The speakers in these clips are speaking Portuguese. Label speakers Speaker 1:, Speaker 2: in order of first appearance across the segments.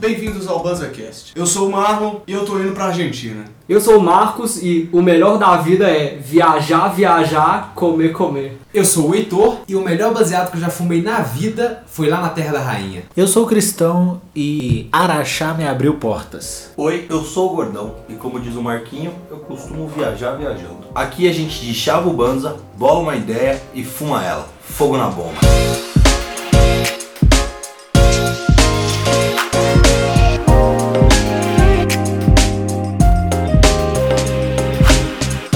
Speaker 1: Bem-vindos ao BanzaCast. Eu sou o Marlon e eu tô indo pra Argentina.
Speaker 2: Eu sou o Marcos e o melhor da vida é viajar, viajar, comer, comer.
Speaker 3: Eu sou o Heitor e o melhor baseado que eu já fumei na vida foi lá na Terra da Rainha.
Speaker 4: Eu sou cristão e Araxá me abriu portas.
Speaker 5: Oi, eu sou o Gordão e como diz o Marquinho, eu costumo viajar viajando. Aqui a gente deixava o Banza, bola uma ideia e fuma ela. Fogo na bomba.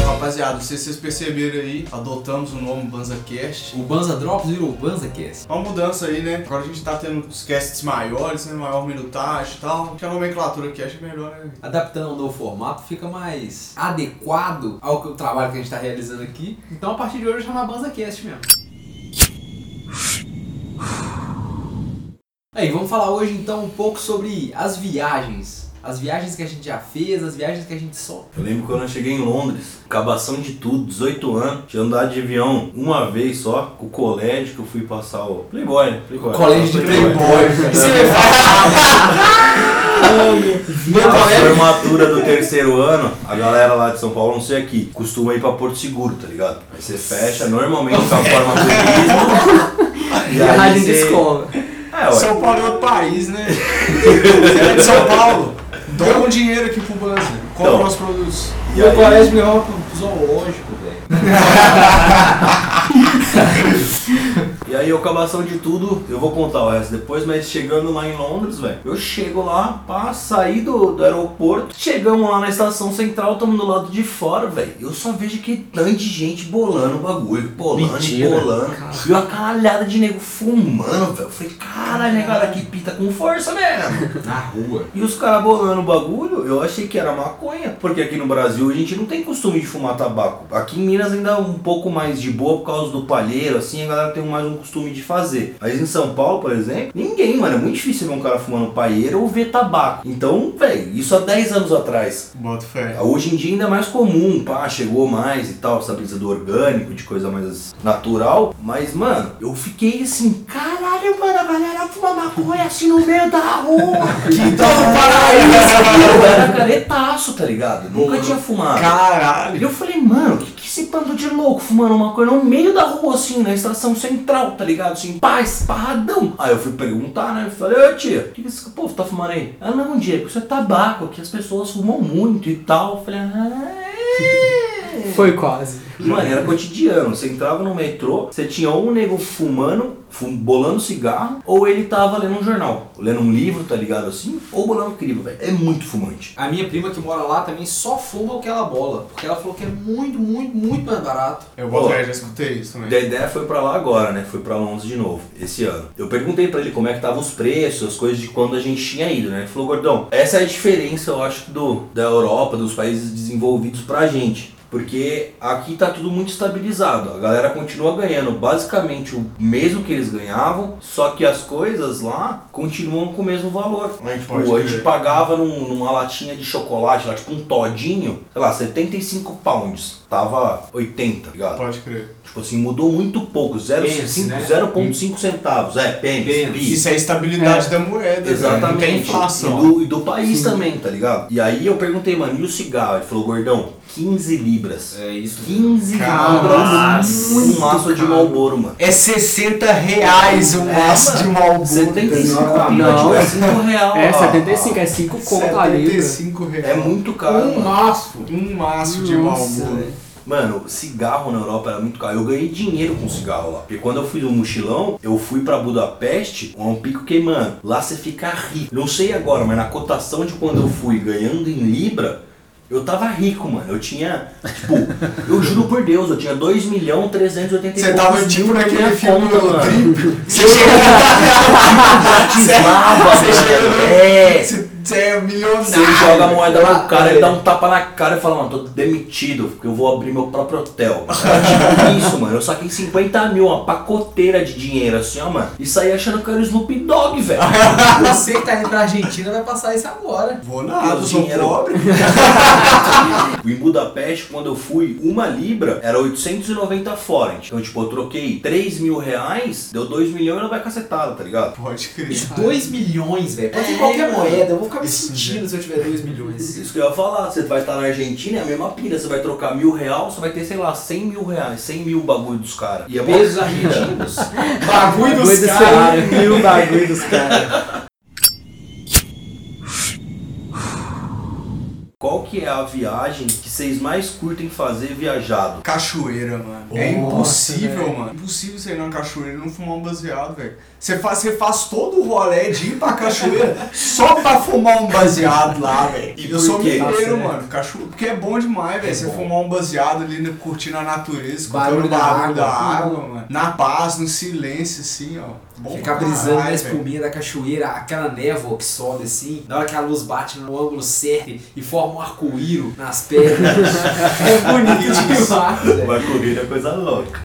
Speaker 1: Rapaziada, se vocês perceberam aí, adotamos o nome BanzaCast.
Speaker 3: O Banza Drops virou o Banza Cast.
Speaker 1: Uma mudança aí, né? Agora a gente tá tendo os casts maiores, né? Maior minutagem e tal. Que a nomenclatura aqui acho melhor, né?
Speaker 3: Adaptando ao novo formato fica mais adequado ao que o trabalho que a gente está realizando aqui. Então a partir de hoje eu chamo a Banza Cast mesmo. Aí, vamos falar hoje então um pouco sobre as viagens. As viagens que a gente já fez, as viagens que a gente só
Speaker 5: Eu lembro quando eu cheguei em Londres, acabação de tudo, 18 anos, tinha andado de avião uma vez só, com o colégio que eu fui passar o Playboy, né? Playboy.
Speaker 3: Colégio de Playboy.
Speaker 1: Você me
Speaker 5: A formatura do terceiro ano, a galera lá de São Paulo, não sei aqui, costuma ir pra Porto Seguro, tá ligado? Aí você fecha normalmente com a forma turismo. e aí
Speaker 2: Viagem de
Speaker 5: você-
Speaker 2: escola.
Speaker 5: É, ué.
Speaker 1: São Paulo é outro país, né? Você é de São Paulo. Dou um dinheiro aqui pro Banza. Compra
Speaker 5: Então.
Speaker 1: nossos produtos.
Speaker 5: E aí-
Speaker 3: me levava pro zoológico, velho.
Speaker 5: E aí, acabação de tudo, eu vou contar o resto depois, mas chegando lá em Londres, velho, eu chego lá, pá, saí do, do aeroporto, chegamos lá na estação central, estamos do lado de fora, velho. Eu só vejo aquele tanto de gente bolando o bagulho, bolando e
Speaker 4: Mentira.
Speaker 5: bolando. E uma caralhada de nego fumando, velho. Eu falei, caralho, negada que pita com força mesmo.
Speaker 3: Na rua.
Speaker 5: E os caras bolando o bagulho, eu achei que era maconha, porque aqui no Brasil a gente não tem costume de fumar tabaco. Aqui em Minas ainda é um pouco mais de boa por causa do palheiro, assim, a galera tem mais um costume de fazer. Mas em São Paulo, por exemplo, ninguém, mano, é muito difícil ver um cara fumando palheiro ou ver tabaco. Então, velho, isso há 10 anos atrás.
Speaker 1: Bota fé.
Speaker 5: Hoje em dia ainda é mais comum, pá, chegou mais e tal, essa brisa do orgânico, de coisa mais natural. Mas, mano, eu fiquei assim, caralho, mano, a galera fuma maconha assim no meio da rua. que tal Eu era caretaço, tá ligado? Nunca tinha fumado.
Speaker 1: Caralho.
Speaker 5: E eu falei, mano, que que esse bando de louco fumando uma coisa no meio da rua, assim, na estação central, tá ligado? Assim, pá, esparradão. Aí eu fui perguntar, né? Eu falei, ô tia, o que que esse povo tá fumando aí? Ela, não, Diego, isso é tabaco, que as pessoas fumam muito e tal. Eu falei, ah, é.
Speaker 2: Foi quase.
Speaker 5: Mano, era cotidiano. Você entrava no metrô, você tinha ou um nego fumando, fum, bolando cigarro, ou ele tava lendo um jornal, lendo um livro, tá ligado assim, ou bolando crivo, velho. É muito fumante.
Speaker 3: A minha prima que mora lá também só fuma o que ela bola. Porque ela falou que é muito, muito, muito mais barato.
Speaker 1: Eu boto
Speaker 5: Pô.
Speaker 1: fé, já escutei isso também.
Speaker 5: E A ideia foi pra lá agora, né? Foi pra Londres de novo, esse ano. Eu perguntei pra ele como é que tava os preços, as coisas de quando a gente tinha ido, né? Ele falou, gordão, essa é a diferença, eu acho, do, da Europa, dos países desenvolvidos pra gente. Porque aqui tá tudo muito estabilizado. A galera continua ganhando basicamente o mesmo que eles ganhavam, só que as coisas lá continuam com o mesmo valor.
Speaker 1: A gente pode
Speaker 5: Pô, a gente
Speaker 1: crer.
Speaker 5: pagava num- numa latinha de chocolate lá, tipo um todinho, sei lá, 75 pounds. Tava 80, tá ligado?
Speaker 1: Pode crer.
Speaker 5: Tipo assim, mudou muito pouco, zero-
Speaker 3: Pence,
Speaker 5: cinco-
Speaker 3: né?
Speaker 5: 0,5 centavos. É, pence,
Speaker 3: Pence.
Speaker 5: pi.
Speaker 1: Isso é a estabilidade da moeda, né? velho. Não tem
Speaker 5: Exatamente.
Speaker 1: inflação.
Speaker 5: E do, e do país também, tá ligado? E aí eu perguntei, mano, e o cigarro? Ele falou, gordão, 15 libras.
Speaker 3: É isso.
Speaker 5: 15
Speaker 1: Caraca,
Speaker 5: libras um maço de Malboro, mano.
Speaker 1: É 60 reais um
Speaker 5: É,
Speaker 1: maço de
Speaker 5: mano.
Speaker 1: Malboro.
Speaker 5: 75
Speaker 1: cara.
Speaker 5: pila, tipo, é
Speaker 2: Não.
Speaker 5: 5 real.
Speaker 2: É,
Speaker 5: ó.
Speaker 2: 75, é 5 conto a livro.
Speaker 1: 75 reais.
Speaker 5: É muito caro, mano.
Speaker 3: maço.
Speaker 1: Um maço de
Speaker 2: Nossa,
Speaker 1: Malboro.
Speaker 2: velho.
Speaker 5: Mano, cigarro na Europa era muito caro. Eu ganhei dinheiro com cigarro lá. Porque quando eu fui no mochilão, eu fui pra Budapeste, um pico que, mano, lá você fica rico. Não sei agora, mas na cotação de quando eu fui ganhando em Libra, eu tava rico, mano. Eu tinha, tipo, eu juro por Deus, eu tinha 2 milhão 380
Speaker 1: Você tava tipo naquele filme do Trip. Você
Speaker 5: Você
Speaker 1: chega
Speaker 5: batizava,
Speaker 1: Você
Speaker 5: mano.
Speaker 1: chega-
Speaker 5: É.
Speaker 1: Você Você é milionário.
Speaker 5: Você joga a moeda
Speaker 2: Ah,
Speaker 5: pro cara,
Speaker 2: é.
Speaker 5: ele dá um tapa na cara e fala, mano, tô demitido, porque eu vou abrir meu próprio hotel. Era tipo isso, mano. Eu saquei 50 mil, uma pacoteira de dinheiro, assim, ó, mano. E saí achando que era o Snoop Dogg, velho.
Speaker 3: Você que tá indo pra Argentina vai passar isso agora.
Speaker 1: Vou nada,
Speaker 5: Meu
Speaker 1: sou
Speaker 5: dinheiro.
Speaker 1: pobre.
Speaker 5: em Budapeste, quando eu fui, uma libra era 890 forint. Então, tipo, eu troquei 3 mil reais, deu 2 milhões e ela vai cacetada, tá ligado?
Speaker 1: Pode crer.
Speaker 3: Isso, 2 milhões, velho. Pode ser
Speaker 1: É,
Speaker 3: qualquer
Speaker 1: mano.
Speaker 3: moeda. Eu vou ficar me
Speaker 1: Isso,
Speaker 3: sentindo se eu tiver 2 milhões.
Speaker 5: Isso que eu ia falar, você vai estar na Argentina, é a mesma pilha, você vai trocar mil real, você vai ter, sei lá, 100 mil reais, 100 mil bagulho dos caras. E é mó-
Speaker 3: Pesos argentinos.
Speaker 1: Bagulho
Speaker 2: Bagulho
Speaker 1: dos
Speaker 2: dos
Speaker 1: caras.
Speaker 2: caras. Mil bagulho dos caras.
Speaker 5: Qual que é a viagem que vocês mais curtem fazer viajado?
Speaker 1: Cachoeira, mano.
Speaker 2: Nossa,
Speaker 1: é impossível,
Speaker 2: velho.
Speaker 1: mano. Impossível você ir na cachoeira e não fumar um baseado, velho. Você faz, você faz todo o rolê de ir pra cachoeira só pra fumar um baseado lá, velho.
Speaker 5: E
Speaker 1: Eu
Speaker 5: por
Speaker 1: sou
Speaker 5: quê?
Speaker 1: mineiro,
Speaker 2: Tá certo.
Speaker 1: mano. Cachoeira, porque é bom demais, velho. Você fumar um baseado ali no- curtindo a natureza, escutando
Speaker 3: Barulho
Speaker 1: o
Speaker 3: da
Speaker 1: barulho da
Speaker 3: água.
Speaker 1: água, mano. Na paz, no silêncio, assim, ó. Bom
Speaker 3: Ficar
Speaker 1: pra
Speaker 3: brisando na
Speaker 1: caralho, velho.
Speaker 3: espuminha da cachoeira, aquela névoa que sobe assim, na hora que a luz bate no ângulo certo e forma um arco-íro nas pedras. é bonito demais, velho.
Speaker 5: Vai correr é coisa louca.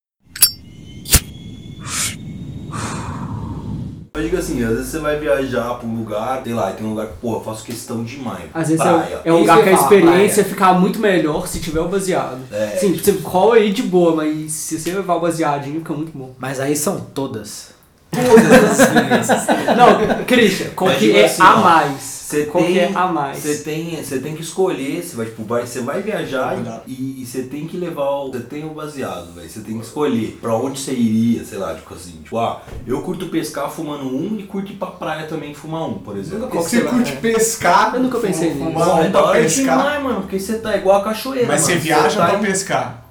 Speaker 5: Eu digo assim, às vezes você vai viajar pra um lugar, sei lá, e tem um lugar que, porra, eu faço questão demais.
Speaker 2: Às vezes
Speaker 5: praia.
Speaker 2: é, é um
Speaker 3: Isso
Speaker 2: lugar
Speaker 3: que
Speaker 2: que a
Speaker 3: eu ia falar,
Speaker 2: experiência fica muito melhor se tiver o baseado.
Speaker 5: É.
Speaker 2: Sim, tipo, você cola aí de boa, mas se você levar o baseadinho, fica muito bom.
Speaker 4: Mas aí são todas.
Speaker 3: Todas as experiências.
Speaker 2: Não, Christian, qual
Speaker 5: Mas
Speaker 2: que
Speaker 5: digo
Speaker 2: é
Speaker 5: assim,
Speaker 2: a
Speaker 5: ó,
Speaker 2: mais? Qual que é a mais?
Speaker 5: Você tem, você tem que escolher, você vai, tipo, vai, você vai viajar e, e você tem que levar o. Você tem o baseado, velho. Você tem que escolher pra onde você iria, sei lá, tipo assim, tipo, ah, eu curto pescar fumando um e curto ir pra praia também fumar um, por exemplo.
Speaker 3: Qual que
Speaker 1: Você
Speaker 3: você
Speaker 1: curte pescar.
Speaker 2: Eu nunca pensei
Speaker 1: fumar
Speaker 2: nisso.
Speaker 1: um
Speaker 5: Bom,
Speaker 1: pra
Speaker 5: é
Speaker 1: pescar.
Speaker 5: demais, mano, porque você tá igual a cachoeira.
Speaker 1: Mas
Speaker 5: mano.
Speaker 1: você viaja
Speaker 5: tá
Speaker 1: pra
Speaker 5: em-
Speaker 1: pescar.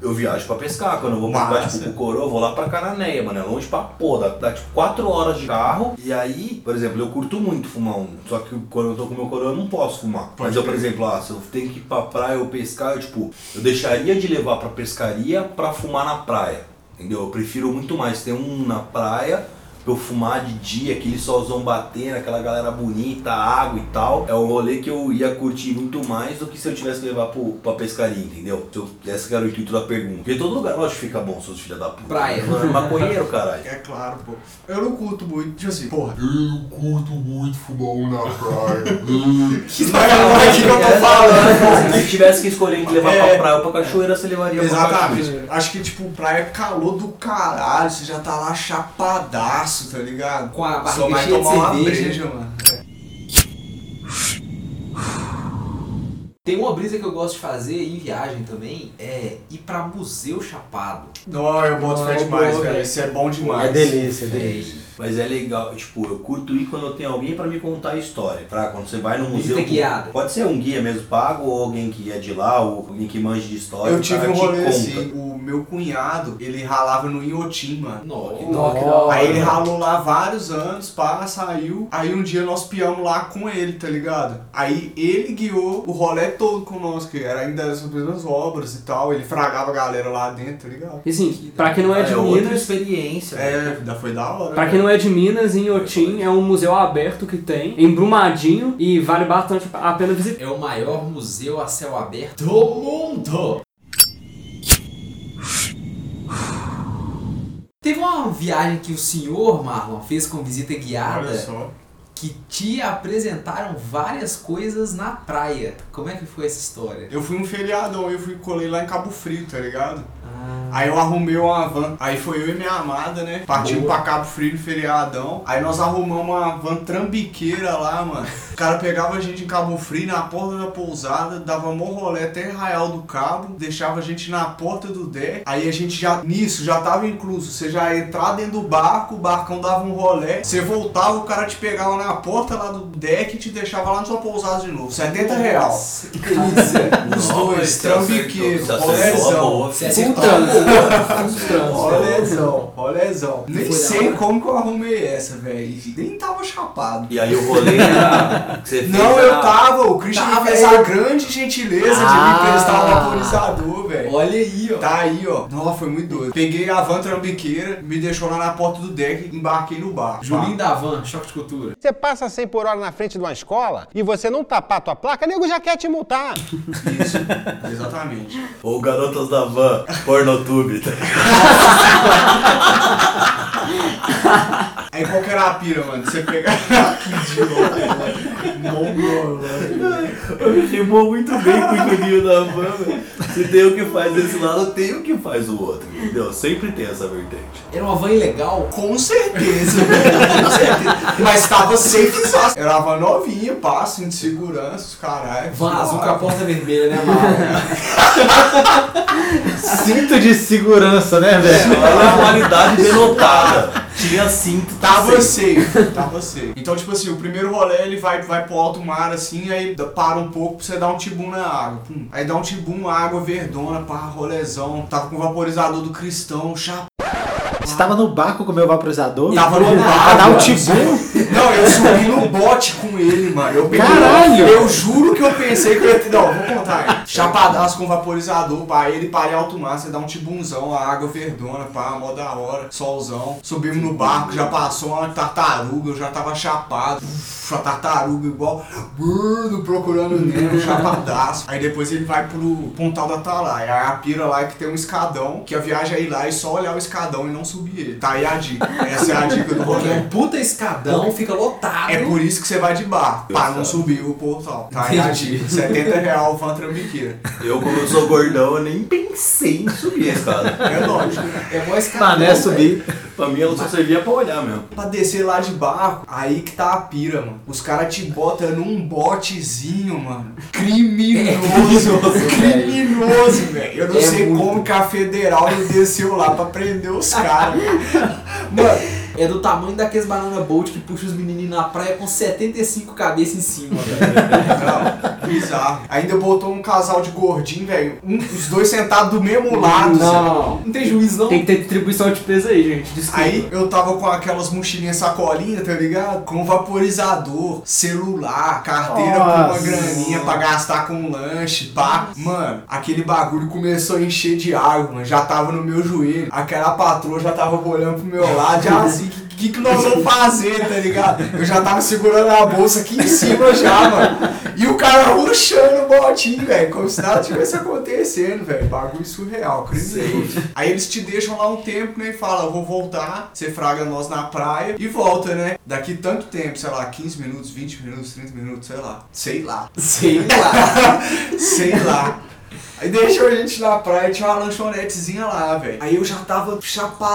Speaker 5: Eu viajo pra pescar, quando eu vou pescar,
Speaker 1: Massa.
Speaker 5: tipo, pro Coroa, eu vou lá pra Cananéia, mano, é longe pra porra, dá, dá, tipo 4 horas de carro, e aí, por exemplo, eu curto muito fumar um, só que quando eu tô com meu Coroa eu não posso fumar.
Speaker 1: Pode
Speaker 5: Mas eu, por
Speaker 1: crer.
Speaker 5: exemplo, ah, se eu tenho que ir pra praia ou pescar, eu, tipo, eu deixaria de levar pra pescaria pra fumar na praia, entendeu? Eu prefiro muito mais ter um na praia, pra eu fumar de dia, aquele solzão batendo, aquela galera bonita, água e tal, é um rolê que eu ia curtir muito mais do que se eu tivesse que levar pro, pra pescaria, entendeu? Se eu, esse que era o intuito da pergunta. Porque todo lugar, lógico, fica bom, seus filhos da puta.
Speaker 3: Praia.
Speaker 5: Mano, maconheiro, caralho.
Speaker 1: É claro, pô. Eu não curto muito, tipo assim, porra.
Speaker 6: Eu curto muito fumão na praia.
Speaker 1: Que não é o que eu tô falando.
Speaker 5: Se tivesse que escolher entre levar
Speaker 1: É.
Speaker 5: pra praia ou pra cachoeira, você levaria pra cachoeira.
Speaker 1: Exatamente. Acho que, tipo, praia é calor do caralho. Você já tá lá chapadaço, tá ligado?
Speaker 3: Com a
Speaker 1: Só
Speaker 3: barriga
Speaker 1: vai
Speaker 3: cheia de
Speaker 1: tomar uma
Speaker 3: cerveja.
Speaker 1: breja, mano.
Speaker 3: Tem uma brisa que eu gosto de fazer em viagem também, é ir pra museu chapado.
Speaker 1: Não, eu boto
Speaker 2: Não,
Speaker 1: fé
Speaker 2: é
Speaker 1: demais,
Speaker 2: boa,
Speaker 1: velho.
Speaker 2: velho.
Speaker 1: Isso é bom demais.
Speaker 4: É delícia, é delícia.
Speaker 3: Véi,
Speaker 5: Mas é legal, tipo, eu curto ir quando eu tenho alguém pra me contar a história. Pra quando você vai no museu.
Speaker 3: Visita guiada.
Speaker 5: Pode ser um guia mesmo pago ou alguém que é de lá, ou alguém que manja de história.
Speaker 1: Eu
Speaker 5: o
Speaker 1: tive
Speaker 6: tá
Speaker 5: cara
Speaker 1: um
Speaker 5: te
Speaker 1: rolê
Speaker 5: conta.
Speaker 1: assim, o meu cunhado, ele ralava no Inhotim, mano.
Speaker 3: Nó, que
Speaker 2: Nó, que da
Speaker 4: Ó,
Speaker 2: hora.
Speaker 1: Aí ele ralou lá vários anos, pá, saiu. Aí um dia nós piamos lá com ele, tá ligado? Aí ele guiou o rolê todo com nós, que era ainda as mesmas obras e tal. Ele fragava a galera lá dentro, tá ligado?
Speaker 2: E assim, pra quem não é de
Speaker 5: É outra
Speaker 2: Minas,
Speaker 5: experiência. né?
Speaker 1: É, da- foi da hora.
Speaker 2: Pra
Speaker 1: né?
Speaker 2: quem não é de Minas, em Otim é um museu aberto que tem, em Brumadinho, e vale bastante a pena visitar.
Speaker 3: É o maior museu a céu aberto do mundo! Teve uma viagem que o senhor Marlon fez com visita
Speaker 2: é
Speaker 1: Olha
Speaker 3: guiada
Speaker 1: só.
Speaker 3: que te apresentaram várias coisas na praia. Como é que foi essa história?
Speaker 1: Eu fui um feriadão, eu fui colei lá em Cabo Frio, tá ligado?
Speaker 3: Ah,
Speaker 1: Aí eu arrumei uma van, aí foi eu e minha amada, né? Partimos
Speaker 3: Boa.
Speaker 1: pra Cabo Frio no feriadão. Aí nós arrumamos uma van trambiqueira lá, mano. O cara pegava a gente em Cabo Frio, na porta da pousada, dava mó rolê até Arraial do Cabo, deixava a gente na porta do deck. Aí a gente já, nisso, já tava incluso. Você já ia entrar dentro do barco, o barcão dava um rolê. Você voltava, o cara te pegava na porta lá do deck e te deixava lá na sua pousada de novo. 70 real.
Speaker 3: Nossa, que delícia!
Speaker 1: Os
Speaker 5: Nossa,
Speaker 1: dois,
Speaker 5: você acertou,
Speaker 1: trambiqueiro, é
Speaker 5: você
Speaker 1: rolézão.
Speaker 5: acertou a
Speaker 1: assim,
Speaker 3: Você
Speaker 5: boa, filho.
Speaker 3: acertou
Speaker 2: Puta,
Speaker 3: a boa,
Speaker 2: Os trans.
Speaker 1: Rolezão, rolezão. Nem
Speaker 3: Foi da
Speaker 1: sei
Speaker 3: hora?
Speaker 1: como que eu arrumei essa, velho. Nem tava chapado.
Speaker 5: E aí o rolê era que você fez
Speaker 1: Não,
Speaker 5: era-
Speaker 1: eu tava. O Christian
Speaker 3: Tava,
Speaker 1: me fez
Speaker 3: velho.
Speaker 1: a grande gentileza de me
Speaker 4: Ah.
Speaker 1: prestar um vaporizador, velho.
Speaker 3: Olha aí, ó.
Speaker 1: Tá aí, ó. Nossa, foi muito doido. Peguei a van trambiqueira, me deixou lá na porta do deck, embarquei no bar.
Speaker 3: Julinho da Van, choque de cultura.
Speaker 7: Você passa 100 por hora na frente de uma escola e você não tapar tua placa, nego já quer te multar.
Speaker 1: Isso, exatamente.
Speaker 5: Ou Garotas da Van, Pornotube. tá?
Speaker 1: Aí qual que era a pira, mano? Você pegar aqui de novo, velho. Mongolão.
Speaker 5: Me Rimou muito bem com o Juninho da Van, velho. Se tem o que faz desse lado, tem o que faz o outro, entendeu? Sempre tem essa vertente.
Speaker 3: Era uma van ilegal.
Speaker 1: Com certeza, velho, com certeza. Mas tava safe exausto. Era uma novinha, passo, de segurança, os caralho.
Speaker 3: Van azul com a porta vermelha, né, mano?
Speaker 4: Cinto de segurança,
Speaker 5: É,
Speaker 4: né, velho?
Speaker 5: Olha a qualidade denotada. Tinha cinto.
Speaker 1: Tava
Speaker 5: sempre.
Speaker 1: safe, tava safe. Então, tipo assim, o primeiro rolê ele vai, vai pro alto mar assim, aí dá- para um pouco pra você dar um tibum na água. pum. Aí dá um tibum, água verdona, pá, rolezão. Tava com o vaporizador do cristão, chapa.
Speaker 4: Você tava no barco com o meu vaporizador?
Speaker 1: Tava no
Speaker 4: Pra
Speaker 1: mar.
Speaker 4: dar um
Speaker 1: mano.
Speaker 4: tibum?
Speaker 1: Não, eu subi no bote com ele, mano. Eu peguei-
Speaker 4: Caralho!
Speaker 1: Eu juro que eu pensei que eu ia ter. Não, vou contar. aí. Chapadaço com vaporizador, pá. Ele para em alto mar, você dá um tibunzão, a água verdona, pá, mó da hora, solzão. Subimos no barco, já passou uma tartaruga, eu já tava chapado. Uf, a tartaruga igual. Bruno procurando o Nemo, chapadaço. Aí depois ele vai pro Pontal da Atalaia. Aí a pira lá é que tem um escadão, que a viagem é ir lá e só olhar o escadão e não subir ele. Tá aí a dica. Essa é a dica do
Speaker 3: Porque é
Speaker 1: rolê.
Speaker 3: um puta escadão, fica lotado.
Speaker 1: É por isso que você vai de bar, pra não
Speaker 5: Exato.
Speaker 1: subir o portal. Tá aí a
Speaker 3: Entendi.
Speaker 1: dica, 70 real van trambiqueira.
Speaker 5: Eu, como eu sou gordão, eu nem pensei em subir a escada.
Speaker 1: É lógico. né?
Speaker 3: É mó escadão.
Speaker 5: Ah,
Speaker 4: Mané
Speaker 3: velho.
Speaker 4: subir.
Speaker 5: Pra mim, ela só servia pra olhar mesmo.
Speaker 1: Pra descer lá de barco, aí que tá a pira, mano. Os caras te botam num botezinho, mano. Criminoso, criminoso, velho. Eu não
Speaker 3: É
Speaker 1: sei
Speaker 3: muito.
Speaker 1: como que a federal não desceu lá pra prender os caras. mano,
Speaker 3: É do tamanho daqueles banana boat que puxa os menininhos na praia com 75 cabeças em cima, velho.
Speaker 1: não, bizarro. Ainda botou um casal de gordinho, velho. Um- os dois sentados do mesmo lado, sabe?
Speaker 3: Não tem juiz, não.
Speaker 2: Tem que ter distribuição de peso aí, gente. Desculpa.
Speaker 1: Aí eu tava com aquelas mochilinhas sacolinha, tá ligado? Com vaporizador, celular, carteira com uma
Speaker 4: Nossa.
Speaker 1: graninha pra gastar com um lanche, pá. Mano, aquele bagulho começou a encher de água, mano. Já tava no meu joelho. Aquela patroa já tava olhando pro meu lado, já assim, que, que que nós vamos fazer, tá ligado? Eu já tava segurando a bolsa aqui em cima já, mano. E o cara ruxando o botinho, velho. Como se nada tivesse acontecendo, velho. Bagulho surreal, criminoso. Aí eles te deixam lá um tempo, né? E falam, vou voltar, você fraga nós na praia e volta, né? Daqui tanto tempo, sei lá, 15 minutos, 20 minutos, 30 minutos, sei lá. Sei lá.
Speaker 3: Sei lá.
Speaker 1: Sei lá. Aí deixou a gente na praia, tinha uma lanchonetezinha lá, velho. Aí eu já tava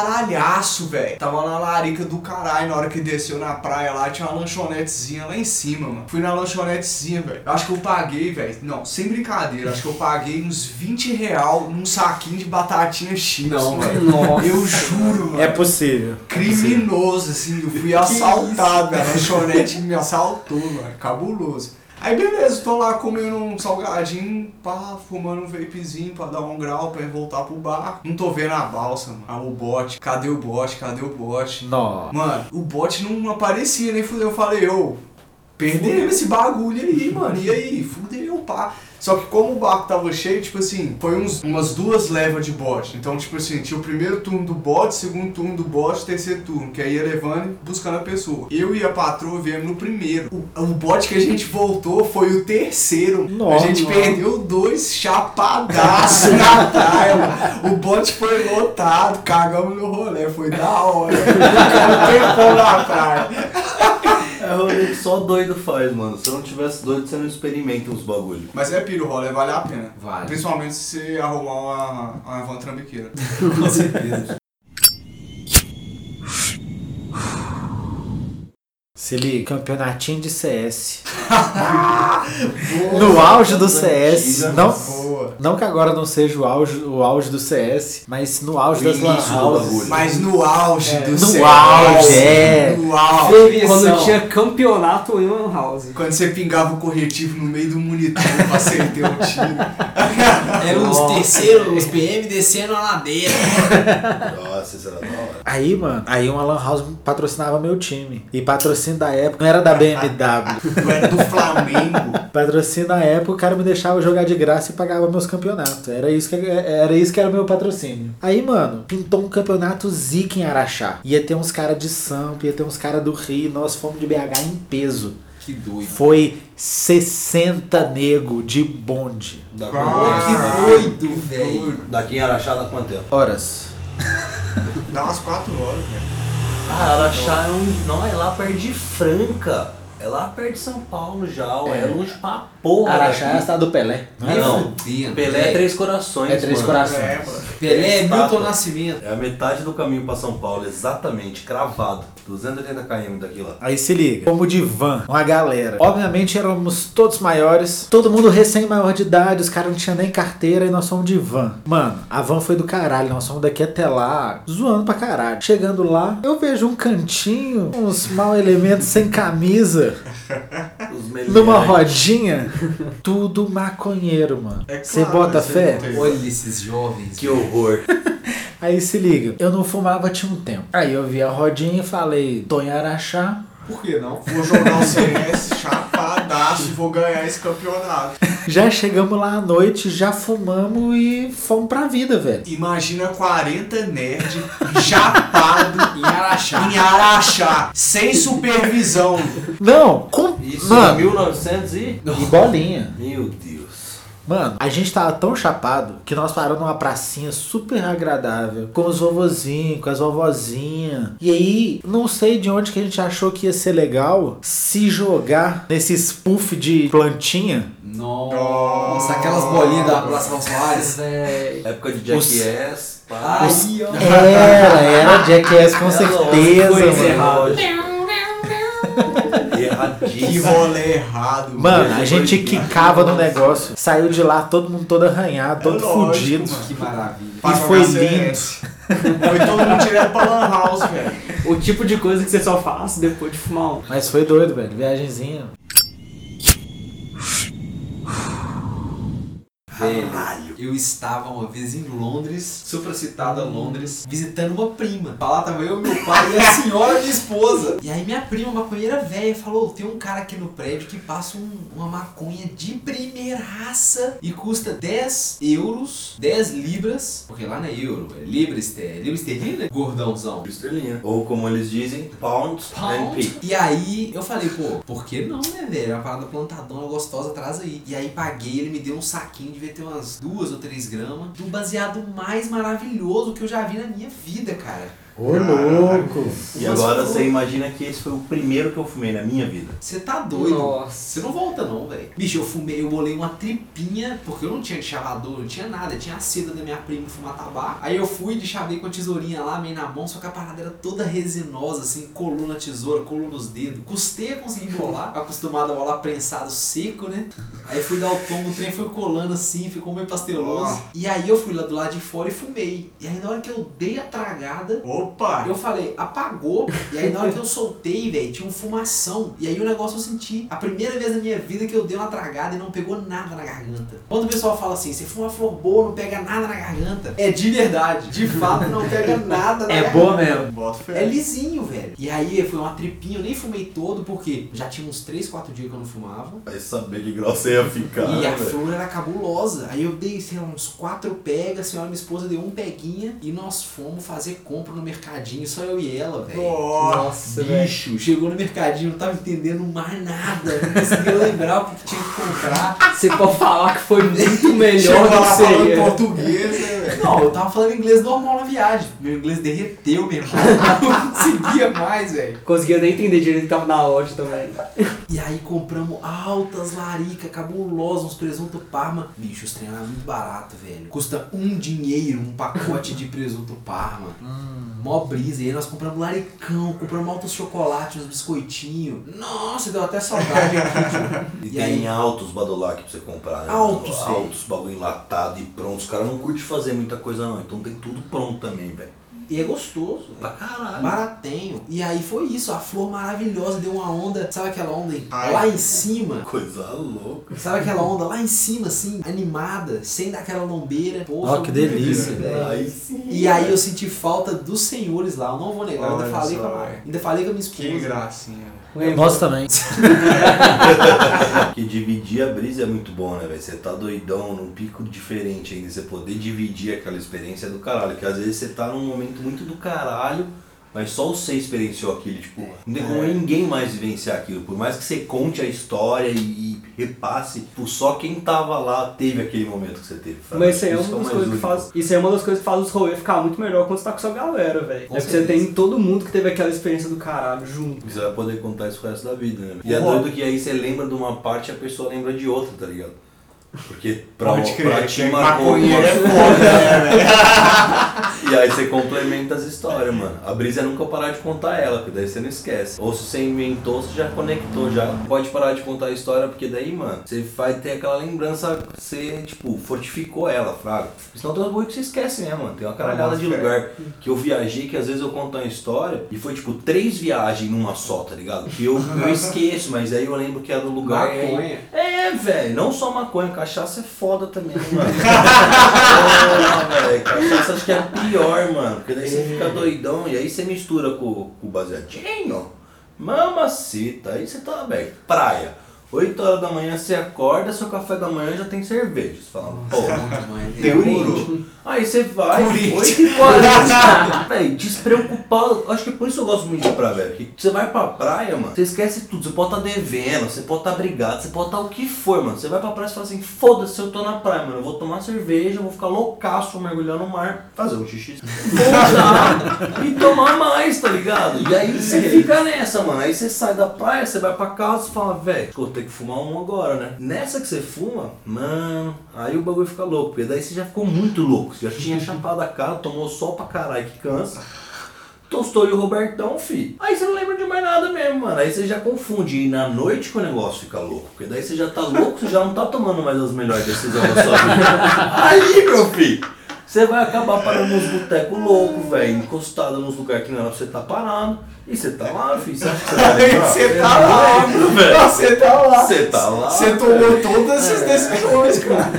Speaker 1: chaparalhaço, velho. Tava na larica do caralho na hora que desceu na praia lá, tinha uma lanchonetezinha lá em cima, mano. Fui na lanchonetezinha, velho. Eu Acho que eu paguei, velho. Não, sem brincadeira, acho que eu paguei uns 20 real num saquinho de batatinha chips,
Speaker 3: Não,
Speaker 1: velho.
Speaker 2: Nossa.
Speaker 1: Eu juro, mano.
Speaker 4: É possível.
Speaker 1: Criminoso, assim, eu fui assaltado, a lanchonete me assaltou, mano, cabuloso. Aí beleza, tô lá comendo um salgadinho, pá, fumando um vapezinho pra dar um grau, pra voltar pro bar. Não tô vendo a balsa, mano. Ah, o bote, cadê o bote, cadê o bote?
Speaker 4: Nossa.
Speaker 1: Mano, o bote não aparecia, nem fudeu. Eu falei, ô, perdemos esse bagulho aí, mano, e aí? Fudeu, pá. Só que como o barco tava cheio, tipo assim, foi uns, umas duas levas de bote. Então, tipo assim, tinha o primeiro turno do bote, segundo turno do bote, terceiro turno, que aí ia levando e buscando a pessoa. Eu e a patroa viemos no primeiro. O, o bote que a gente voltou foi o terceiro.
Speaker 4: Nossa.
Speaker 1: a gente perdeu dois chapadaços na praia. mano. O bote foi lotado, cagamos no rolê, foi da hora. Ficamos um tempão na praia.
Speaker 5: É rolê que só doido faz, mano. Se eu não tivesse doido, você não experimenta uns bagulho.
Speaker 1: Mas é piro, rola, vale a pena.
Speaker 3: Vale.
Speaker 1: Principalmente se você arrumar uma, uma van trambiqueira.
Speaker 3: Com certeza.
Speaker 4: Se liga, campeonatinho de CS. no auge do CS. Não,
Speaker 1: Boa.
Speaker 4: não que agora não seja o auge, o auge do CS, mas no auge
Speaker 5: O
Speaker 4: das lan
Speaker 5: início do
Speaker 4: houses.
Speaker 5: bagulho.
Speaker 1: Mas no auge do
Speaker 4: É, no
Speaker 1: céu.
Speaker 4: auge, é.
Speaker 1: No auge.
Speaker 2: Quando
Speaker 3: Versão.
Speaker 2: tinha campeonato em Lan House.
Speaker 1: Quando você pingava o corretivo no meio do monitor pra acertar o um tiro.
Speaker 3: Eram os um terceiros, os PM descendo a ladeira.
Speaker 5: Nossa, isso era da hora.
Speaker 4: Aí, mano, aí uma Lan House patrocinava meu time. E patrocínio da época não era da BMW.
Speaker 1: Tu é do Flamengo.
Speaker 4: patrocínio da época, o cara me deixava jogar de graça e pagava meus campeonatos. Era isso que era, isso que era o meu patrocínio. Aí, mano, pintou um campeonato zica em Araxá. Ia ter uns caras de Sampa, ia ter uns caras do Rio. Nós fomos de BH em peso.
Speaker 3: Que doido.
Speaker 4: Foi 60 nego de bonde.
Speaker 5: Da
Speaker 3: Que doido, velho.
Speaker 5: Daqui em Araxá dá quanto tempo?
Speaker 4: Horas.
Speaker 1: Dá umas 4 horas, né? velho.
Speaker 5: Ah, Araxá é um. Não, é lá perto de Franca. É lá perto de São Paulo já, ué. é, longe pra porra.
Speaker 4: Araxá é a
Speaker 5: daqui.
Speaker 4: cidade do Pelé. Não é?
Speaker 5: assim, Não.
Speaker 3: Fudendo,
Speaker 5: Pelé é
Speaker 3: velho.
Speaker 5: Três Corações.
Speaker 4: É Três
Speaker 5: mano.
Speaker 4: Corações.
Speaker 1: É, mano.
Speaker 3: Pelé é Milton
Speaker 5: Estátua.
Speaker 3: Nascimento.
Speaker 5: É a metade do caminho pra São Paulo, exatamente, cravado. 280 km daqui lá.
Speaker 4: Aí se liga, como de van, uma galera. Obviamente éramos todos maiores, todo mundo recém-maior de idade, os caras não tinham nem carteira e nós fomos de van. Mano, a van foi do caralho, nós fomos daqui até lá, zoando pra caralho. Chegando lá, eu vejo um cantinho, uns mau elementos sem camisa,
Speaker 5: Os melhores.
Speaker 4: numa rodinha, tudo maconheiro, mano.
Speaker 1: É
Speaker 4: Você
Speaker 1: claro,
Speaker 4: bota
Speaker 1: você
Speaker 4: fé?
Speaker 1: não tem-
Speaker 3: Olha esses jovens.
Speaker 5: Que horror.
Speaker 4: Aí se liga, eu não fumava tinha um tempo. Aí eu vi a rodinha e falei, tô em Araxá,
Speaker 3: Por que não?
Speaker 1: Vou jogar o CS chapadaço e vou ganhar esse campeonato.
Speaker 4: Já chegamos lá à noite, já fumamos e fomos pra vida, velho.
Speaker 1: Imagina 40 nerd chapado
Speaker 3: Em Araxá.
Speaker 1: em Araxá, sem supervisão.
Speaker 4: Não, com...
Speaker 5: Isso em
Speaker 4: Mano,
Speaker 5: 1900 e.
Speaker 4: e bolinha.
Speaker 5: Meu Deus.
Speaker 4: Mano, a gente tava tão chapado que nós paramos numa pracinha super agradável, com os vovozinhos, com as vovozinhas. E aí, não sei de onde que a gente achou que ia ser legal se jogar nesse puff de plantinha.
Speaker 3: Nossa, aquelas bolinhas da Praça Raul Soares.
Speaker 2: É,
Speaker 5: Época de
Speaker 4: Os-
Speaker 5: Jackass. pá.
Speaker 3: Aí, ó.
Speaker 4: Era, era Jackass com
Speaker 5: Era
Speaker 4: certeza,
Speaker 5: lógico,
Speaker 4: mano.
Speaker 5: errado.
Speaker 1: Que
Speaker 5: Erradíssimo.
Speaker 1: rolê errado.
Speaker 4: Mano, a gente quicava no negócio. Saiu de lá todo mundo todo arranhado, todo
Speaker 1: É lógico,
Speaker 4: fudido.
Speaker 1: mano.
Speaker 3: Que maravilha.
Speaker 1: Pra
Speaker 4: E
Speaker 1: jogar
Speaker 4: foi
Speaker 1: CS. Foi todo mundo direto pra Lan House, velho.
Speaker 2: o tipo de coisa que você só faz depois de fumar um.
Speaker 4: Mas foi doido, velho. Viagenzinha.
Speaker 3: Velho, eu estava uma vez em Londres, supracitada Londres, visitando uma prima. Pra lá tava eu, meu pai e a senhora, minha esposa. E aí minha prima, maconheira velha, falou: tem um cara aqui no prédio que passa um- uma maconha de primeiraça e custa 10 euros, 10 libras, porque lá não é euro, é libra, este- é libra esterlina, gordãozão.
Speaker 5: Estrelinha. Ou como eles dizem, pounds and
Speaker 3: Pound.
Speaker 5: p.
Speaker 3: E aí eu falei, pô, por que não, né, velho? É uma parada plantadona gostosa, traz aí. E aí paguei, ele me deu um saquinho, devia ter umas duas ou três gramas, do baseado mais maravilhoso que eu já vi na minha vida, cara.
Speaker 4: Ô, louco.
Speaker 5: E agora você imagina que esse foi o primeiro que eu fumei na minha vida.
Speaker 3: Você tá doido? Você
Speaker 2: Nossa.
Speaker 3: não volta não, velho. Bicho, eu fumei, eu bolei uma tripinha, porque eu não tinha chavador, não tinha nada, tinha a seda da minha prima fumar tabaco. Aí eu fui de chavei com a tesourinha lá, meio na mão, só que a parada era toda resinosa, assim, colou na tesoura, colou nos dedos. Custei a conseguir bolar, acostumado a bolar prensado seco, né? Aí fui dar o tombo, o trem foi colando assim, ficou meio pasteloso. E aí eu fui lá do lado de fora e fumei. E aí na hora que eu dei a tragada,
Speaker 1: Opa!
Speaker 3: eu falei, apagou. E aí na hora que eu soltei, velho, tinha um fumação. E aí o negócio eu senti. A primeira vez na minha vida que eu dei uma tragada e não pegou nada na garganta. Quando o pessoal fala assim, você fuma flor boa, não pega nada na garganta. É de verdade. De fato, não pega nada na
Speaker 2: É
Speaker 3: garganta.
Speaker 2: boa mesmo.
Speaker 1: Bota fé.
Speaker 3: É lisinho, velho. E aí foi uma tripinha, eu nem fumei todo, porque já tinha uns 3, 4 dias que eu não fumava.
Speaker 5: Vai saber que grau você ia ficar,
Speaker 3: E
Speaker 5: né,
Speaker 3: a
Speaker 5: velho?
Speaker 3: flor era cabulosa. Aí eu dei, sei lá, uns quatro pegas, a senhora, minha esposa, deu um peguinha e nós fomos fazer compra no mercadinho, só eu e ela, velho.
Speaker 1: Nossa.
Speaker 2: Nossa, velho.
Speaker 3: Bicho, chegou no mercadinho, não tava entendendo mais nada, não conseguia lembrar o que tinha que comprar.
Speaker 2: Você pode falar que foi muito
Speaker 1: Chegou
Speaker 2: melhor do que
Speaker 1: lá falando
Speaker 2: seria.
Speaker 1: português, né, velho?
Speaker 3: Não, eu tava falando inglês normal na viagem. Meu inglês derreteu, meu irmão. Eu não conseguia mais, velho.
Speaker 2: Conseguia nem entender direito que tava na loja também.
Speaker 3: E aí compramos altas laricas, cabulosas, uns presunto parma. Bicho, os trem lá é muito barato, velho. Custa um dinheiro um pacote de presunto parma.
Speaker 2: Hum.
Speaker 3: Mó brisa. E aí nós compramos laricão, compramos altos chocolates, uns biscoitinhos. Nossa, deu até saudade aqui, tio.
Speaker 5: E,
Speaker 3: E
Speaker 5: tem
Speaker 3: aí?
Speaker 5: altos badulac pra você comprar, né?
Speaker 3: Altos, velho.
Speaker 5: Altos, bagulho enlatado e pronto. Os caras não curtem fazer muita coisa não, então tem tudo pronto também, velho.
Speaker 3: E é gostoso. velho.
Speaker 5: Pra caralho.
Speaker 3: Baratenho. E aí foi isso, a flor maravilhosa, deu uma onda, sabe aquela onda em-
Speaker 1: Ai.
Speaker 3: lá em
Speaker 5: Ah.
Speaker 3: cima?
Speaker 5: Coisa louca.
Speaker 3: Sabe aquela onda lá em cima, assim, animada, sem dar aquela lombeira. Pô,
Speaker 4: Ó,
Speaker 3: foi
Speaker 4: que
Speaker 3: muito
Speaker 4: delícia,
Speaker 3: bom, velho.
Speaker 5: Aí sim.
Speaker 3: E aí eu senti falta dos senhores lá, eu não vou negar, eu ainda
Speaker 1: Olha
Speaker 3: falei,
Speaker 1: só,
Speaker 3: com a,
Speaker 1: velho.
Speaker 3: ainda falei com a minha esposa.
Speaker 1: Que gracinha.
Speaker 4: Nós também.
Speaker 5: Que dividir a brisa é muito bom, né, velho? Você tá doidão, num pico diferente ainda. Você poder dividir aquela experiência é do caralho. Porque às vezes você tá num momento muito do caralho, mas só você experienciou aquilo. Tipo, não tem
Speaker 2: É.
Speaker 5: como ninguém mais vivenciar aquilo. Por mais que você conte a história e repasse, tipo, só quem tava lá teve aquele momento que você teve. sabe?
Speaker 2: Mas isso aí é
Speaker 5: que
Speaker 2: uma das
Speaker 5: mais
Speaker 2: coisas que
Speaker 5: único.
Speaker 2: faz. Isso aí é uma das coisas que faz os rolê ficar muito melhor quando você tá com sua galera, velho. É
Speaker 3: Com
Speaker 2: porque você
Speaker 3: certeza.
Speaker 2: tem todo mundo que teve aquela experiência do caralho junto.
Speaker 5: Você vai poder contar isso pro resto da vida, né? E é
Speaker 1: Porra.
Speaker 5: doido que aí você lembra de uma parte e a pessoa lembra de outra, tá ligado? Porque pra,
Speaker 1: Pode crer,
Speaker 5: pra ti
Speaker 1: tem
Speaker 5: marcou
Speaker 1: maconheiro é
Speaker 5: uma-
Speaker 1: foda, né, velho?
Speaker 5: E aí você complementa as histórias, mano. A brisa é nunca parar de contar ela, porque daí você não esquece. Ou se você inventou, você já conectou, já pode parar de contar a história, porque daí, mano, você vai ter aquela lembrança, você, tipo, fortificou ela, fraga. Senão tem uns burros que você esquece, né, mano? Tem uma caralhada de lugar que eu viajei, que às vezes eu conto uma história, e foi, tipo, três viagens numa só, tá ligado? Que eu, eu esqueço, mas aí eu lembro que era do lugar. e aí-
Speaker 3: Maconha.
Speaker 5: é, velho, não só maconha, cachaça é foda também, mano. Porra, velho, cachaça acho que é pior, mano. Porque daí você fica doidão e aí você mistura com, com o baseadinho. Mamacita, aí você tá velho. Praia. 8 horas da manhã você acorda, seu café da manhã já tem cerveja. Você fala, porra, demorou. Aí você vai, 8 e 40 Véi, despreocupado. Acho que por isso eu gosto muito de praia, velho. Porque você vai pra praia, mano, você esquece tudo. Você pode estar devendo, você pode estar brigado, você pode estar o que for, mano. Você vai pra praia e fala assim: foda-se, eu tô na praia, mano. Eu vou tomar cerveja, eu vou ficar loucaço, mergulhar no mar, fazer um xixi, voltar e tomar mais, tá ligado? E aí você fica nessa, mano. Aí você sai da praia, você vai pra casa e fala: velho, vou ter que fumar um agora, né? Nessa que você fuma, mano, aí o bagulho fica louco. Porque daí você já ficou muito louco. Você já tinha chapado a cara, tomou sol pra caralho, que cansa. Tostoi e o Robertão, fi. Aí você não lembra de mais nada mesmo, mano. Aí você já confunde. E na noite que o negócio fica louco. Porque daí você já tá louco, você já não tá tomando mais as melhores decisões da sua vida. Aí, meu filho, você vai acabar parando nos botecos loucos, velho. Encostado nos lugares que não era pra você tá parado. E você tá lá, filho. Você acha que você vai
Speaker 1: Aí
Speaker 5: lembrar?
Speaker 1: Você tá lá,
Speaker 5: Lembro, velho.
Speaker 1: Você tá lá.
Speaker 5: Você tá lá.
Speaker 1: Você tomou todas essas decisões, cara.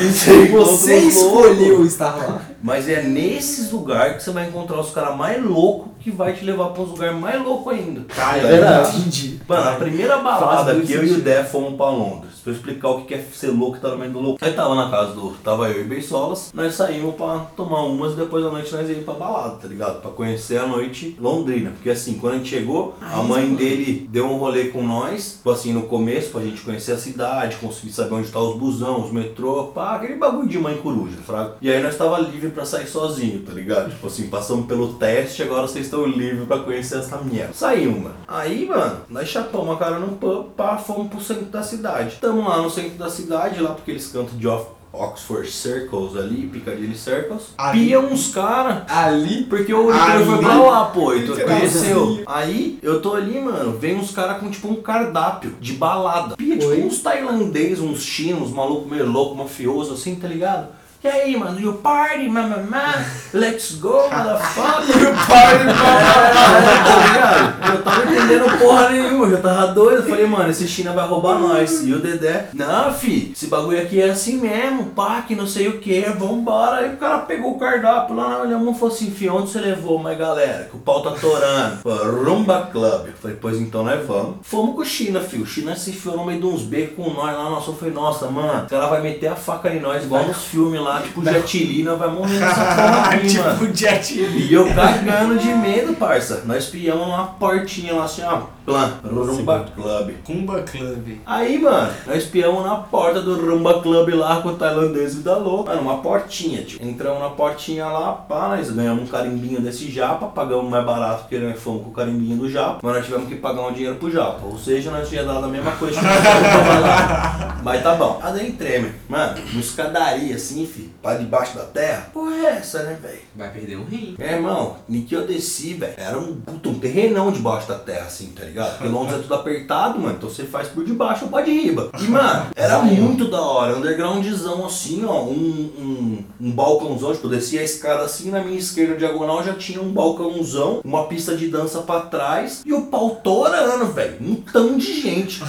Speaker 5: E você
Speaker 3: Você
Speaker 5: encontra um louco.
Speaker 3: escolheu estar lá.
Speaker 5: Mas é nesses lugares que você vai encontrar os caras mais loucos que vai te levar pra uns lugares mais loucos ainda.
Speaker 1: Cara, é
Speaker 5: Tá
Speaker 4: verdade.
Speaker 3: Entendi.
Speaker 5: Mano, a primeira
Speaker 2: Faz
Speaker 5: balada
Speaker 2: muito
Speaker 5: que eu e o
Speaker 2: sentido.
Speaker 5: Dé fomos pra Londres, pra eu explicar o que é ser louco e tá no meio do louco. Aí tava na casa do. Tava eu e Beisolas, nós saímos pra tomar umas e depois da noite nós íamos pra balada, tá ligado? Pra conhecer a noite londrina. Porque assim, quando a gente chegou, a mãe dele deu um rolê com nós, tipo assim, no começo, pra gente conhecer a cidade, conseguir saber onde tá os busão, os metrô, pá, aquele bagulho de mãe coruja, fraco. E aí nós tava livre pra sair sozinho, tá ligado? Tipo assim, passamos pelo teste, agora vocês estão livres pra conhecer essa merda. Saímos, mano. Aí, mano, nós chapamos a cara num pub, pá, fomos pro centro da cidade. Tamo lá no centro da cidade, lá porque eles cantam de Ox- Oxford Circles ali, Piccadilly Circles.
Speaker 1: Ali.
Speaker 5: Pia uns caras
Speaker 3: Ali.
Speaker 5: porque o Oliveira foi
Speaker 1: Ali.
Speaker 5: pra lá, pô, e tu
Speaker 1: Você tá
Speaker 5: conheceu.
Speaker 1: sozinho.
Speaker 5: Aí eu tô ali, mano, vem uns caras com tipo um cardápio de balada. Pia, tipo
Speaker 2: Oi.
Speaker 5: uns tailandês, uns chinos, uns maluco meio louco, mafioso, assim, tá ligado? E aí, mano, you party, mamamá, let's go, motherfucker. you party, mamamá. Eu tava entendendo porra nenhuma, eu tava doido. Eu falei, mano, esse China vai roubar nós. E o Dedé, não, fi, esse bagulho aqui é assim mesmo, pá, que não sei o que, vambora. Aí o cara pegou o cardápio lá, olhamos e falou assim, fi, onde você levou? Mas galera, que o pau tá torando. Pô, Rumba Club. Eu falei, pois então nós vamos. Fomos com o China, fi. O China se enfiou no meio de uns becos com nós lá, nossa, eu falei, nossa, mano, o cara vai meter a faca em nós, igual nos filmes lá, tipo Jet Li, nós vai morrer nessa
Speaker 3: Ah,
Speaker 5: porra aqui, mano.
Speaker 1: tipo Jet Li.
Speaker 5: E eu cagando de medo, parça. Nós piamos uma portinha lá assim, ó. Plan, Rumba Club.
Speaker 1: Cumba Club.
Speaker 5: Aí, mano, nós piamos na porta do Rumba Club lá com o tailandês e da louca. Mano, uma portinha, tipo. Entramos na portinha lá, pá, nós ganhamos um carimbinho desse japa, pagamos mais barato porque nós fomos com o carimbinho do japa, mas nós tivemos que pagar um dinheiro pro japa. Ou seja, nós tinha dado a mesma coisa que nós fomos pagar lá. Mas tá bom. A daí treme. Mano, uma escadaria assim, filho, pra debaixo da terra. Porra, é essa, né, velho?
Speaker 3: Vai perder um rim.
Speaker 5: Meu É, irmão, em que eu desci, velho, era um puta, um terrenão debaixo da terra, assim, tá ligado? Porque Londres é tudo apertado, mano, então você faz por debaixo ou pra riba. E, mano, era muito da hora, undergroundzão assim, ó, um, um, um balcãozão, tipo, eu desci a escada assim, na minha esquerda diagonal já tinha um balcãozão, uma pista de dança pra trás e o pau torando, velho, um tão de gente.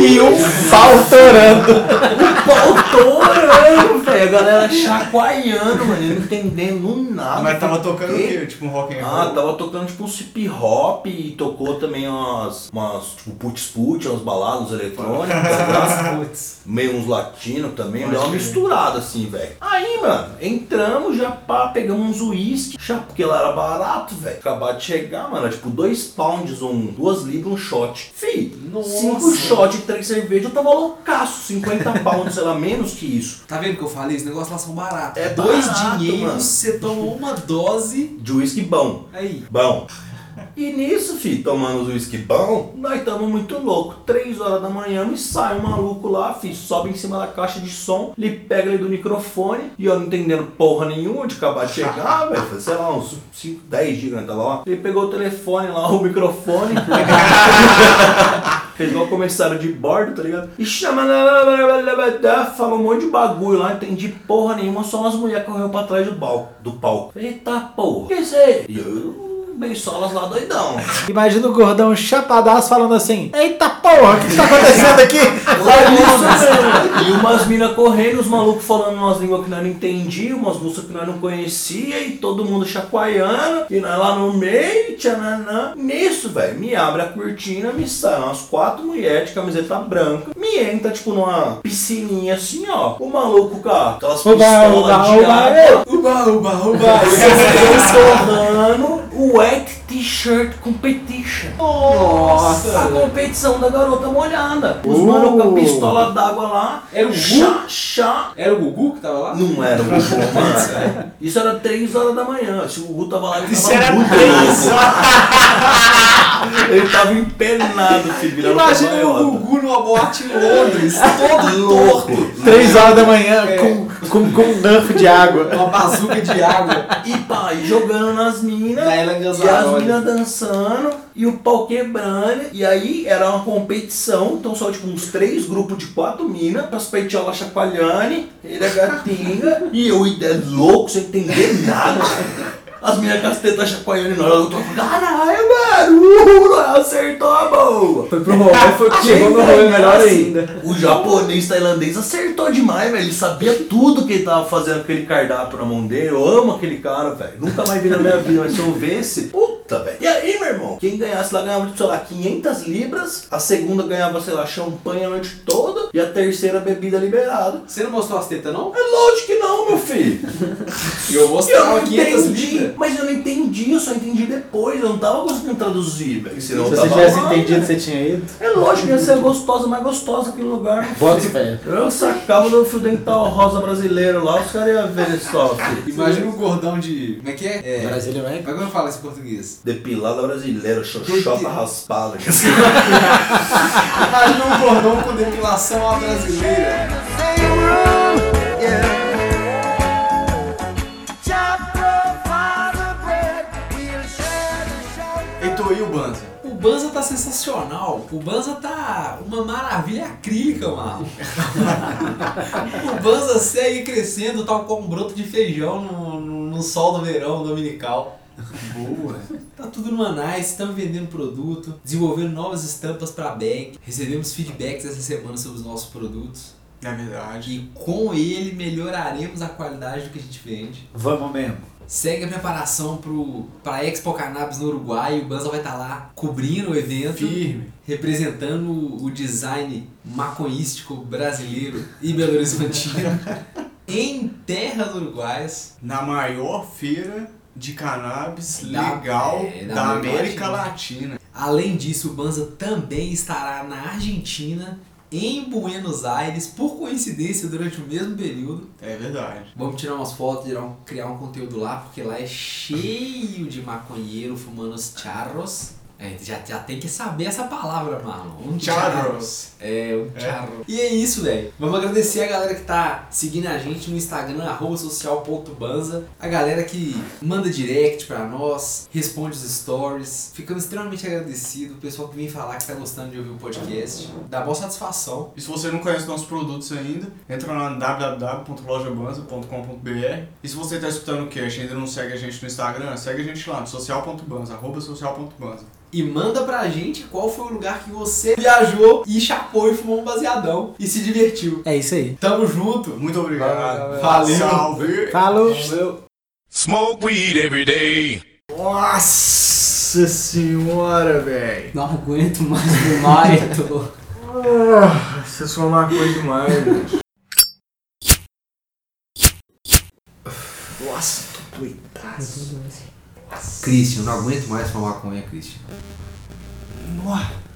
Speaker 4: E um faltorando.
Speaker 5: pau torando, velho, a galera chacoalhando, mano, eu não entendendo nada.
Speaker 1: Ah, Mas tava tocando o
Speaker 5: Fiquei
Speaker 1: quê? Tipo um rock and
Speaker 5: Ah,
Speaker 3: tá.
Speaker 1: roll.
Speaker 5: tava tocando tipo um hip hop e tocou também umas, umas tipo putz putz, umas baladas eletrônicas, tá?
Speaker 3: Putz.
Speaker 5: meio uns latinos também,
Speaker 1: Pode
Speaker 5: deu uma
Speaker 1: crer.
Speaker 5: misturada assim, velho. Aí, mano, entramos já pá, pegamos uns uísque, já porque lá era barato, velho. Acabar de chegar, mano, era tipo dois pounds, um, duas libras, um shot. Fih,
Speaker 3: Nossa.
Speaker 5: cinco shot e três cervejas, eu tava loucaço, 50 pounds, sei lá, menos que isso.
Speaker 3: Tá vendo que eu falei? Os negócios lá são baratos.
Speaker 5: É
Speaker 3: Dois
Speaker 5: barato,
Speaker 3: dinheiros,
Speaker 5: mano.
Speaker 3: você toma uma dose.
Speaker 5: De uísque bom.
Speaker 3: Aí.
Speaker 5: Bom. E nisso, fi, tomando os uísque bom, nós estamos muito louco. Três horas da manhã me sai um maluco lá, fi, sobe em cima da caixa de som, ele pega ele do microfone e eu não entendendo porra nenhuma de acabar de chegar, velho. Foi, Sei lá, uns 5, 10 gigas, né, tava lá. Ele pegou o telefone lá, o microfone. Fez igual comissário de bordo, tá ligado? E chama. Falou um monte de bagulho lá, não entendi porra nenhuma, só umas mulheres correu pra trás do, bal, do palco. Eita porra, que isso aí? E eu, bem solas lá doidão.
Speaker 4: Imagina o gordão chapadaço falando assim: Eita porra, o que tá acontecendo aqui?
Speaker 5: Lá nisso, meu. E umas minas correndo, os malucos falando umas línguas que nós não entendia, umas músicas que nós não conhecia e todo mundo chacoalhando. E nós lá no meio, tchananã. Nisso, velho, me abre a cortina, me saem umas quatro mulheres de camiseta branca. Me entra, tipo, numa piscininha assim, ó. O maluco com a- aquelas
Speaker 4: Oba,
Speaker 5: pistolas
Speaker 4: oba,
Speaker 5: de
Speaker 4: oba,
Speaker 5: água.
Speaker 3: Uba, uba, uba.
Speaker 5: Estourando wet t-shirt competition.
Speaker 2: Nossa.
Speaker 5: A competição da garota molhada. Os
Speaker 4: Uh.
Speaker 5: malucos com a pistola d'água lá.
Speaker 3: Era o
Speaker 5: chá, chá.
Speaker 3: Era o Gugu que tava lá?
Speaker 5: Não era o Gugu, mano. Isso era 3 horas da manhã. Se o Gugu tava lá, ele
Speaker 1: Isso
Speaker 5: tava
Speaker 1: era
Speaker 5: muito
Speaker 1: três
Speaker 5: louco. Ele tava empenado, filho. virando
Speaker 3: Imagina o
Speaker 5: cambalhota.
Speaker 3: Gugu numa boate em Londres, todo
Speaker 5: Louco.
Speaker 3: torto,
Speaker 4: Três horas da manhã com, com, com um nerf de água.
Speaker 3: uma bazuca de água.
Speaker 5: E pá, e jogando nas minas.
Speaker 3: Da Ellen
Speaker 5: E as
Speaker 3: Ganzaroli.
Speaker 5: minas dançando e o pau quebrando. E aí era uma competição, então só tipo uns três grupos de quatro minas, as peitiolas chacoalhando, ele é gatinga, e eu e é louco, sem entender nada. As minhas com as tetas chacoalhando e nós, eu tô caralho, mano, uh, acertou a boa.
Speaker 2: Foi pro rolê, foi chegou no rolê melhor ainda.
Speaker 5: assim, né? O japonês tailandês acertou demais, velho. Ele sabia tudo que ele tava fazendo com aquele cardápio na mão dele. Eu amo aquele cara, velho. Nunca mais vi na minha vida, mas se eu vesse, puta, velho. E aí, meu irmão? Quem ganhasse lá ganhava, tipo, sei lá, 500 libras. A segunda ganhava, sei lá, champanhe a noite toda. E a terceira, bebida liberada.
Speaker 3: Você não mostrou as tetas, não?
Speaker 5: É lógico que não, meu filho.
Speaker 3: E eu
Speaker 5: Eu não
Speaker 3: mostrava 500
Speaker 5: entendi.
Speaker 3: libras.
Speaker 5: Mas eu não entendi, eu só entendi depois. Eu não tava conseguindo traduzir, velho.
Speaker 4: Se
Speaker 5: Senão eu
Speaker 4: você
Speaker 5: tava
Speaker 4: tivesse
Speaker 5: lá,
Speaker 4: entendido,
Speaker 5: né?
Speaker 4: você tinha ido.
Speaker 5: É lógico que ia ser gostosa, mais gostosa que o lugar.
Speaker 4: Bota fé.
Speaker 5: Eu sacava do fio dental rosa brasileiro lá, os caras iam ver só, filho.
Speaker 3: Imagina o gordão de. Como é que é? é... Mas
Speaker 4: Brasília vai.
Speaker 3: como eu falo isso em português?
Speaker 5: Depilada brasileira, xoxota raspada.
Speaker 3: Imagina um gordão com depilação à brasileira.
Speaker 1: Heitor e o Banza?
Speaker 3: O Banza tá sensacional. O Banza tá uma maravilha acrílica, mano. o Banza segue crescendo, tal qual um broto de feijão no, no, no sol do verão dominical. Boa. Tá tudo numa nice, estamos vendendo produto, desenvolvendo novas estampas pra bag. Recebemos feedbacks essa semana sobre os nossos produtos.
Speaker 1: É verdade.
Speaker 3: E com ele melhoraremos a qualidade do que a gente vende.
Speaker 4: Vamos mesmo.
Speaker 3: Segue a preparação pro, pra Expo Cannabis no Uruguai. O Banza vai estar lá cobrindo o evento,
Speaker 1: Firme.
Speaker 3: representando o- o design maconístico brasileiro e Belo Horizontino em terras uruguaias.
Speaker 1: Na maior feira de cannabis
Speaker 3: Da-
Speaker 1: legal
Speaker 3: é, da
Speaker 1: da,
Speaker 3: América
Speaker 1: América Latina.
Speaker 3: Além disso, o Banza também estará na Argentina, em Buenos Aires, por coincidência, durante o mesmo período.
Speaker 1: É verdade.
Speaker 3: Vamos tirar umas fotos, tirar um- criar um conteúdo lá, porque lá é cheio de maconheiro fumando os charros. É, já, já tem que saber essa palavra, Marlon. Um
Speaker 1: Charros.
Speaker 3: É, um charros. E é isso, velho. Vamos agradecer a galera que tá seguindo a gente no Instagram, arroba social.banza. A galera que manda direct pra nós, responde os stories. Ficamos extremamente agradecidos. O pessoal que vem falar que tá gostando de ouvir o podcast. Dá boa satisfação.
Speaker 1: E se você não conhece nossos produtos ainda, entra lá no www.lojabanza.com.br. E se você está escutando o Cash e ainda não segue a gente no Instagram, segue a gente lá no social.banza, arroba social.banza.
Speaker 3: E manda pra gente qual foi o lugar que você viajou e chapou e fumou um baseadão e se divertiu.
Speaker 4: É isso aí.
Speaker 3: Tamo junto.
Speaker 1: Muito obrigado.
Speaker 3: Valeu.
Speaker 1: Salve.
Speaker 4: Falou!
Speaker 8: Smoke weed every day.
Speaker 1: Nossa senhora, velho.
Speaker 2: É, Não aguento mais fumar, Heitor.
Speaker 1: Você só Ah, uma coisa demais, gente. Nossa, tô
Speaker 3: Christian, não aguento mais falar maconha, Christian.
Speaker 1: Nossa.